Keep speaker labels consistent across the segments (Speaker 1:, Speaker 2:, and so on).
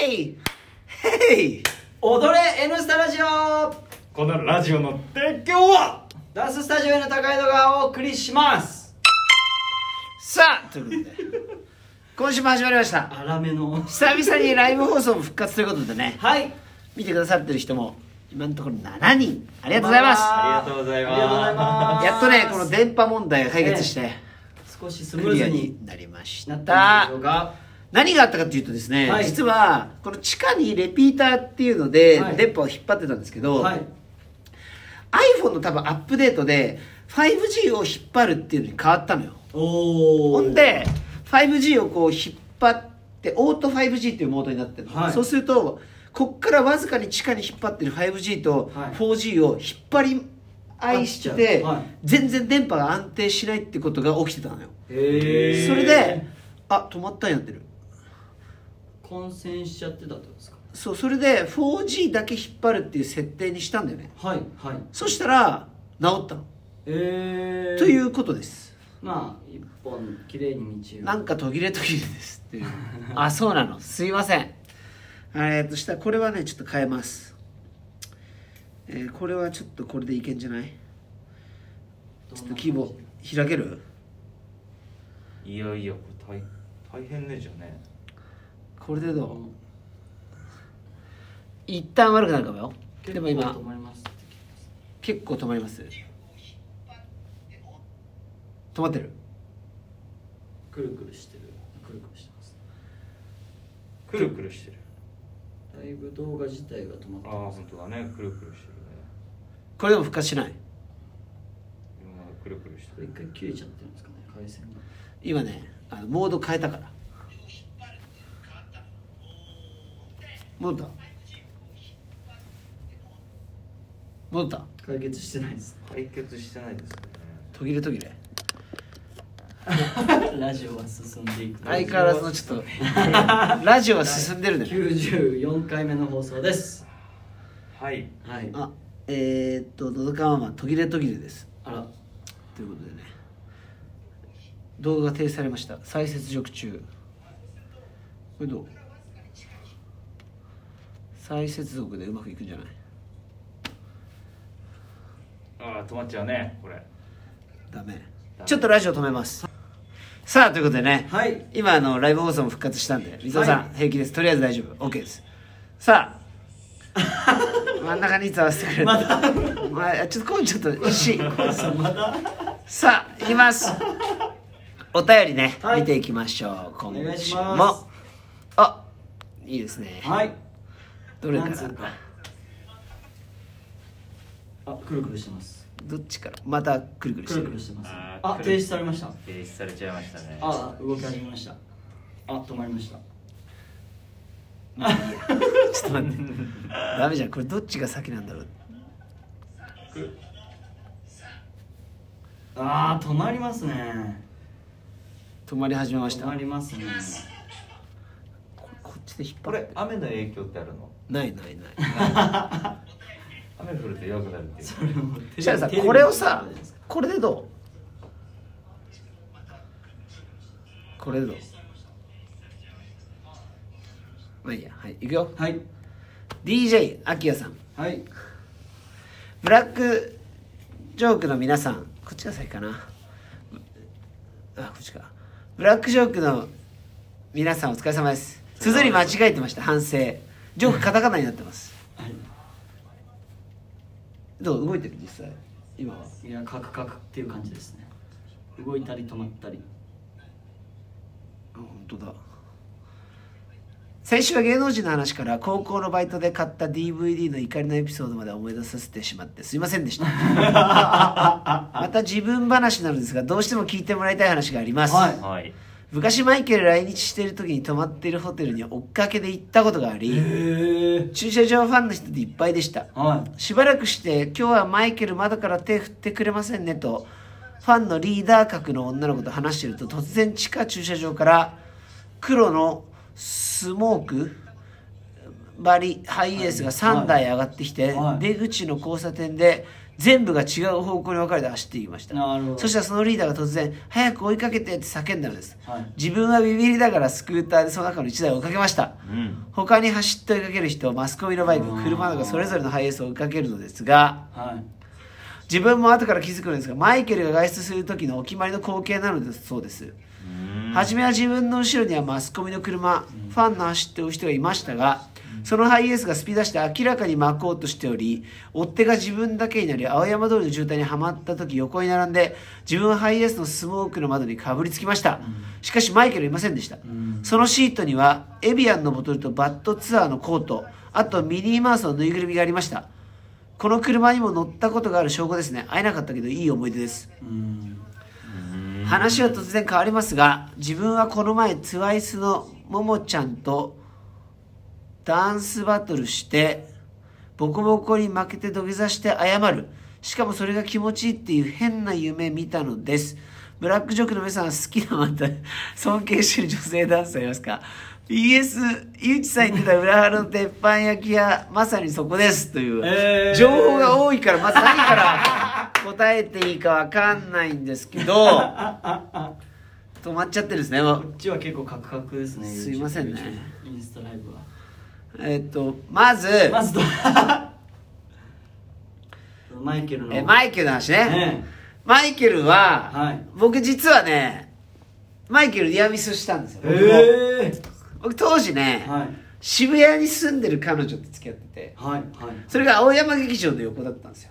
Speaker 1: ヘイヘイ踊れ N スタラジオ
Speaker 2: このラジオの提供は
Speaker 1: ダンススタジオへの高井戸がお送りします
Speaker 3: さあということで今週も始まりました
Speaker 1: 粗めの
Speaker 3: 久々にライブ放送も復活ということでね
Speaker 1: はい
Speaker 3: 見てくださってる人も今のところ7人ありがとうございます
Speaker 2: ありがとうございます
Speaker 1: ありがとうございます
Speaker 3: やっとねこの電波問題が解決して、
Speaker 1: 少しスム
Speaker 3: ク
Speaker 1: ー
Speaker 3: リ
Speaker 1: ズ
Speaker 3: ア
Speaker 1: に
Speaker 3: になりまし
Speaker 1: なった
Speaker 3: た
Speaker 1: んでしょうか
Speaker 3: 何があったかというとですね、
Speaker 1: はい
Speaker 3: 実はこの地下にレピーターっていうので
Speaker 1: はい
Speaker 3: 電波を引っ張ってたんですけど、
Speaker 1: はい
Speaker 3: iPhone の多分アップデートで 5G を引っ張るっていうのに変わったのよ
Speaker 1: お
Speaker 3: ほ
Speaker 1: お
Speaker 3: んで 5G をこう引っ張ってオート 5G っていうモードになってるの、
Speaker 1: はい
Speaker 3: そうするとこっからわずかに地下に引っ張ってる 5G と
Speaker 1: はい
Speaker 3: 4G を引っ張り合いし
Speaker 1: 合っち
Speaker 3: て、
Speaker 1: ゃうはい
Speaker 3: 全然電波が安定しないってことが起きてたのよそ
Speaker 1: へえ
Speaker 2: ー
Speaker 3: れであ止まったんやってる
Speaker 1: 混戦しちゃってたってことですか
Speaker 3: そうそれで 4G だけ引っ張るっていう設定にしたんだよね
Speaker 1: はいはい
Speaker 3: そしたら治ったの、
Speaker 1: ええ
Speaker 3: ということです
Speaker 1: まあ一本綺麗に道を
Speaker 3: なんか途切れ途切れですっていう あそうなのすいませんえっとしたらこれはねちょっと変えます、えーこれはちょっとこれでいけんじゃないちょっとキーボー開ける
Speaker 2: いやいやこれ大大変ねじゃね
Speaker 3: これでどう、一旦悪くなるかもよでも今
Speaker 1: 思います
Speaker 3: 結構止まります止まってる
Speaker 1: くるくるしてるくるくるしてます
Speaker 2: くるくるしてる
Speaker 1: だいぶ動画自体が止まっ
Speaker 2: あ
Speaker 1: て
Speaker 2: あ
Speaker 1: ます
Speaker 2: 本当だねくるくるしてるね
Speaker 3: これでも復活しない
Speaker 2: 今まだくるくるし
Speaker 1: こ
Speaker 2: て
Speaker 1: れ一
Speaker 2: る
Speaker 1: 回切れちゃってるんですかね回線が
Speaker 3: 今ねあのモード変えたから戻った戻った
Speaker 1: 解決してないです
Speaker 2: 解決してないですね
Speaker 3: 途切れ途切れ
Speaker 1: ラジオは進んでいく
Speaker 3: 相変わらずのちょっとラジオは進んでるね
Speaker 1: 94回目の放送です
Speaker 2: はい
Speaker 1: はい
Speaker 3: あえー、っと「のどかママ途切れ途切れ」です
Speaker 1: あら
Speaker 3: ということでね動画が停止されました再接続中これどう再接続でうまくいくんじゃない
Speaker 2: ああ止まっちゃうねこれ
Speaker 3: ダメ
Speaker 2: メ
Speaker 3: ちょっとラジオ止めますさあということでね、
Speaker 1: はい
Speaker 3: 今あのライブ放送も復活したんで水尾さん、
Speaker 1: は
Speaker 3: 平気ですとりあえず大丈夫 OK ですさあ 真ん中にいつ合わせてくれるまだ、まあ、ちょっと今度ちょっと石さあいきますお便りね、
Speaker 1: はい
Speaker 3: 見ていきましょう今
Speaker 1: お願いし
Speaker 3: 週
Speaker 1: ます
Speaker 3: もあいいですね、
Speaker 1: はい
Speaker 3: どれか
Speaker 1: なん
Speaker 3: ら
Speaker 1: つうかあくるくるしてます
Speaker 3: どっちからまたくるくるし
Speaker 1: く
Speaker 3: て
Speaker 1: る
Speaker 3: る
Speaker 1: くるしてます
Speaker 2: あー
Speaker 1: あ停止されました
Speaker 2: 停止されちゃいましたね
Speaker 1: あ動き始めましたあ止まりました
Speaker 3: ちょっと待ってダメじゃんこれどっちが先なんだろう
Speaker 2: く
Speaker 1: あー止まりますね
Speaker 3: 止まり始めまし
Speaker 1: 止
Speaker 3: た
Speaker 1: まりますね
Speaker 3: ここっちで引っ張
Speaker 2: こ
Speaker 3: る
Speaker 2: れ雨の影響ってあるの
Speaker 3: ないないない
Speaker 2: 雨降ると弱くなるっていう
Speaker 1: それもテレビ
Speaker 3: シャラさん
Speaker 1: テレビ
Speaker 3: これをさ
Speaker 1: じゃないですか
Speaker 3: これでどうこれでどうまあいいやはいいくよ
Speaker 1: はい
Speaker 3: DJ アキヤさん
Speaker 1: はい
Speaker 3: ブラックジョークの皆さんこっちが先かなあこっちかブラックジョークの皆さんお疲れ様です綴り間違えてました反省ジョークカタカナになってます
Speaker 1: は
Speaker 3: どう動いてる実際今はい
Speaker 1: いやカクカクっていう感じですね動いたり止まったり
Speaker 3: あ本当だ先週は芸能人の話から高校のバイトで買った DVD の怒りのエピソードまで思い出させてしまってすいません でしたまた自分話なのですがどうしても聞いてもらいたい話があります、
Speaker 1: はい
Speaker 2: はい
Speaker 3: 昔マイケル来日している時に泊まっているホテルに追っかけで行ったことがあり、
Speaker 1: へえ
Speaker 3: 駐車場ファンの人でいっぱいでした
Speaker 1: はい
Speaker 3: しばらくして「今日はマイケル窓から手振ってくれませんね」とファンのリーダー格の女の子と話していると突然地下駐車場から黒のスモークバリハイエースが3台上がってきて
Speaker 1: はい
Speaker 3: 出口の交差点で全部が違う方向に分かれて走っていきました
Speaker 1: なるほど
Speaker 3: そしたらそのリーダーが突然「早く追いかけて」って叫んだのです、
Speaker 1: はい
Speaker 3: 自分はビビりだからスクーターでその中の1台を追いかけました、
Speaker 2: うん
Speaker 3: 他に走って追いかける人マスコミのバイク
Speaker 1: うん
Speaker 3: 車などがそれぞれのハイエースを追いかけるのですが
Speaker 1: はい
Speaker 3: 自分も後から気づくのですがマイケルが外出する時のお決まりの光景なのですそうです
Speaker 2: うん
Speaker 3: 初めは自分の後ろにはマスコミの車、ファンの走って追う人がいましたが、そのハイエースがスピード出して明らかに巻こうとしており追っ手が自分だけになり青山通りの渋滞にはまった時横に並んで自分はハイエースのスモークの窓にかぶりつきました、しかしマイケルはいませんでした、
Speaker 1: ん
Speaker 3: そのシートにはエビアンのボトルとバットツアーのコートあとミニーマウスのぬいぐるみがありましたこの車にも乗ったことがある証拠ですね会えなかったけどいい思い出です
Speaker 1: うん
Speaker 3: 話は突然変わりますが自分はこの前 TWICE のももちゃんとダンスバトルしてボコボコに負けて土下座して謝るしかもそれが気持ちいいっていう変な夢見たのですブラックジョークの皆さんは好きなまた尊敬してる女性ダンサーいますか BS ゆうちさん言ってた裏腹の鉄板焼き屋まさにそこですという、
Speaker 1: えー
Speaker 3: 情報が多いからまず何から答えていいかわかんないんですけど止まっちゃってるんですね
Speaker 1: こっちは結構カクカクですね
Speaker 3: すいませんね
Speaker 1: YouTube インスタライブは
Speaker 3: えっとまず
Speaker 1: まずど マイケルの
Speaker 3: えマイケルの話ね
Speaker 1: ね
Speaker 3: マイケルは、
Speaker 1: はい
Speaker 3: 僕実はねマイケルにアミスしたんですよ、僕も
Speaker 1: えー
Speaker 3: 僕当時ね、
Speaker 1: はい
Speaker 3: 渋谷に住んでる彼女と付き合ってて
Speaker 1: はい
Speaker 3: それが青山劇場の横だったんですよ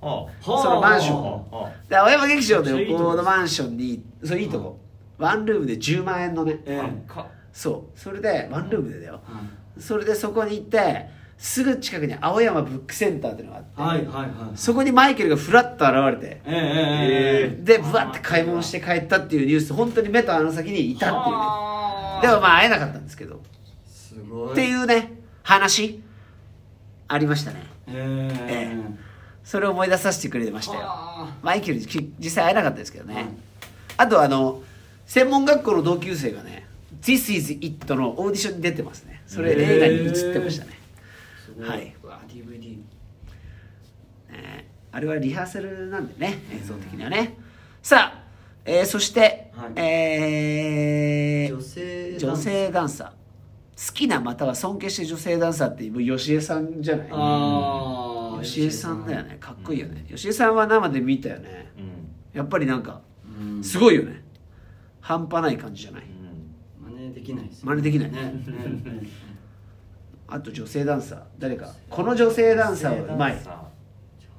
Speaker 2: は
Speaker 1: はあ
Speaker 3: そのマンション
Speaker 2: あは
Speaker 3: で青山劇場の
Speaker 1: めっちゃいいと
Speaker 3: 横
Speaker 1: こ
Speaker 3: のマンションにそういいとこ、ワンルームで10万円のね、
Speaker 1: え
Speaker 2: あ
Speaker 1: ー
Speaker 2: か
Speaker 3: そうそれでワンルームでだよ
Speaker 1: はい
Speaker 3: それでそこに行ってすぐ近くに青山ブックセンターっていうのがあって、
Speaker 1: はいはいはい
Speaker 3: そこにマイケルがフラッと現れて、
Speaker 1: ええええええ
Speaker 3: でぶわって買い物して帰ったっていうニュース本当に目とあの先にいたっていうね
Speaker 1: はあ
Speaker 3: でもまあ会えなかったんですけど
Speaker 1: すごい
Speaker 3: っていうね話ありましたね
Speaker 1: ええ
Speaker 3: えそれを思い出させてくれましたよ
Speaker 1: は
Speaker 3: マイケルき実際会えなかったですけどね、
Speaker 1: はい
Speaker 3: あとあの専門学校の同級生がね「This is It」のオーディションに出てますねそれ映画に映ってましたね、
Speaker 1: すご
Speaker 3: はいう
Speaker 1: わ DVD
Speaker 3: えーあれはリハーサルなんでね映像的にはねさあ、えーそして、
Speaker 1: はい
Speaker 3: えー
Speaker 1: 女性
Speaker 3: 女性ダンサー好きなまたは尊敬してる女性ダンサーってもう吉江さんじゃない
Speaker 1: ああ
Speaker 3: 吉江さんだよねかっこいいよね、吉江さんは生で見たよね
Speaker 2: うん
Speaker 3: やっぱりなんか
Speaker 1: うん
Speaker 3: すごいよね、半端ない感じじゃない
Speaker 2: うん
Speaker 1: 真似できないですよ
Speaker 3: 真似できないねあと女性ダンサー誰かこの女性ダンサーはうまい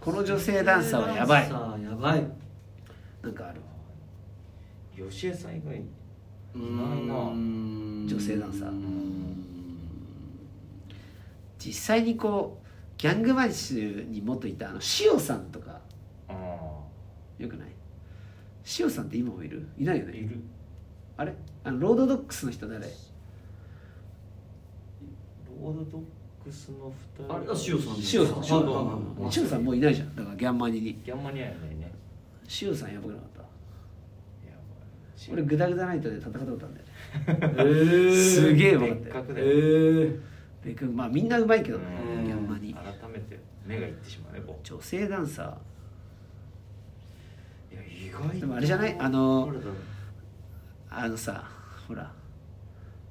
Speaker 3: この女性ダンサーはやばい
Speaker 1: 女性ダンサーやばい
Speaker 3: なんかある
Speaker 2: 吉江さん以外
Speaker 1: う
Speaker 2: う
Speaker 3: 女性ダンサー
Speaker 1: うん
Speaker 3: 実際にこうギャングマンシュに元いたあの塩さんとか
Speaker 2: あ
Speaker 3: よくない塩さんって今もいるいないよ
Speaker 2: あ
Speaker 3: ね
Speaker 2: いる
Speaker 3: あれあのロードドックスの人誰
Speaker 2: ロードドックスの二人
Speaker 1: あれあ塩さん
Speaker 3: 塩さん
Speaker 1: はいはいはいはい
Speaker 3: 塩さんもういないじゃんだからギャンマニに
Speaker 2: ギャンマニアやないね
Speaker 3: 塩さんやばくなかった
Speaker 2: やばい
Speaker 3: 俺グダグダナイトで戦ったことあるんだよね
Speaker 1: えー
Speaker 3: すげえわかっ
Speaker 2: 別
Speaker 3: たよ
Speaker 2: 格だよ、
Speaker 1: え
Speaker 3: ベクまあみんなうまいけどね
Speaker 2: うん
Speaker 3: ギャンマニ
Speaker 2: 改めて目がいってしまうねこ
Speaker 3: 女性ダンサ
Speaker 2: ういや意外と
Speaker 3: でもあれじゃないあの
Speaker 2: どれだろう
Speaker 3: ーあのさほら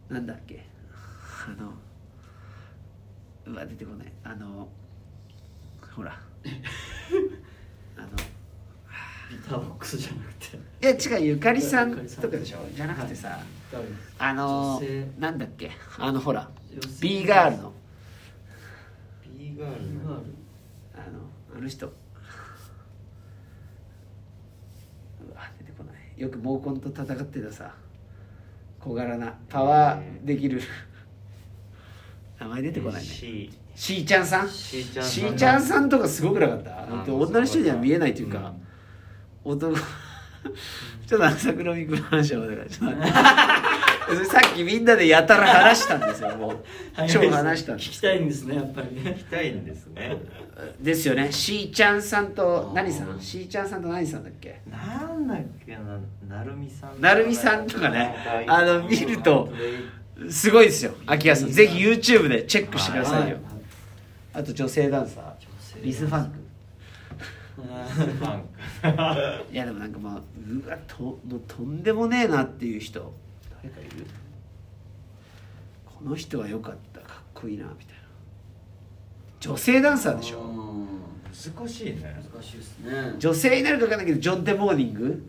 Speaker 3: なんだっけあのうわ出てこないあのほ らあの
Speaker 1: ービターボックスじゃなくて
Speaker 3: いや違うゆかりさん
Speaker 1: ゆかりさん
Speaker 3: とかでしょじゃなくてさ、
Speaker 1: 誰
Speaker 3: あの
Speaker 1: 女性
Speaker 3: なんだっけあのほら
Speaker 1: 女性
Speaker 3: B ガールの
Speaker 2: B ガール
Speaker 1: 今あ
Speaker 2: の
Speaker 1: る
Speaker 3: あのあの人うわ出てこないよく毛根と戦ってたさ小柄なパワーできる名前出てこないね
Speaker 2: C
Speaker 3: しーちゃんさん
Speaker 2: しーちゃんさん
Speaker 3: しーちゃんさんとかすごくなかった
Speaker 2: ん
Speaker 3: 本当女の人には見えないというか、男 ちょっと朝倉未来の話はまだからちょっと待って それさっきみんなでやたら話したんですよもう超話したん
Speaker 1: 聞
Speaker 3: です
Speaker 1: きたいんですねやっぱりね
Speaker 2: 行きたいんですね
Speaker 3: ですよねしーちゃんさんと何さ
Speaker 1: あ
Speaker 3: ん
Speaker 1: ー
Speaker 3: しーちゃんさんと何さんだっけ
Speaker 2: なんだっけななるみさん
Speaker 3: なるみさんとかね
Speaker 2: な
Speaker 3: あ
Speaker 2: ん
Speaker 3: の見るとすごいですよ秋谷さんぜひ YouTube でチェックしてくださいよ
Speaker 1: はい
Speaker 3: あと女性ダンサー
Speaker 1: 女性
Speaker 3: リス・ファンク
Speaker 2: ファンか
Speaker 3: いやでもなんかまあうわともうとんでもねえなっていう人誰かいるこの人は良かったかっこいいなみたいな女性ダンサーでしょ
Speaker 1: う
Speaker 2: 難しいね
Speaker 1: ん難しいですね
Speaker 3: 女性になるか分かんないけどジョン・テ・モーニング、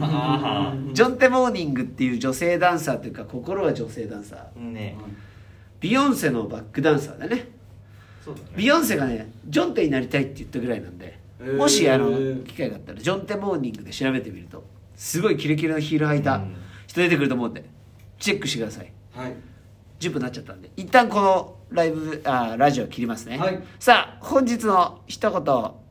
Speaker 2: あ
Speaker 1: うん
Speaker 3: ジョン・テ・モーニングっていう女性ダンサーというか心は女性ダンサー
Speaker 2: ね
Speaker 3: ビヨンセのバックダンサーだね
Speaker 2: そうだね
Speaker 3: ビヨンセがねジョンテになりたいって言ったぐらいなんで、
Speaker 1: えー
Speaker 3: もしあの機会があったらジョンテモーニングで調べてみるとすごいキレキレのヒール履いた
Speaker 2: うん
Speaker 3: 人出てくると思うんでチェックしてください
Speaker 1: はい
Speaker 3: 10分なっちゃったんで一旦このライブあーラジオ切りますね、
Speaker 1: はい
Speaker 3: さあ本日の一言
Speaker 2: も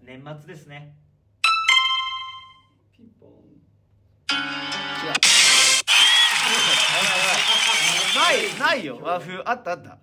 Speaker 2: う年末ですね
Speaker 1: ピンポン
Speaker 3: ないないよ和風あったあった
Speaker 1: 斜めの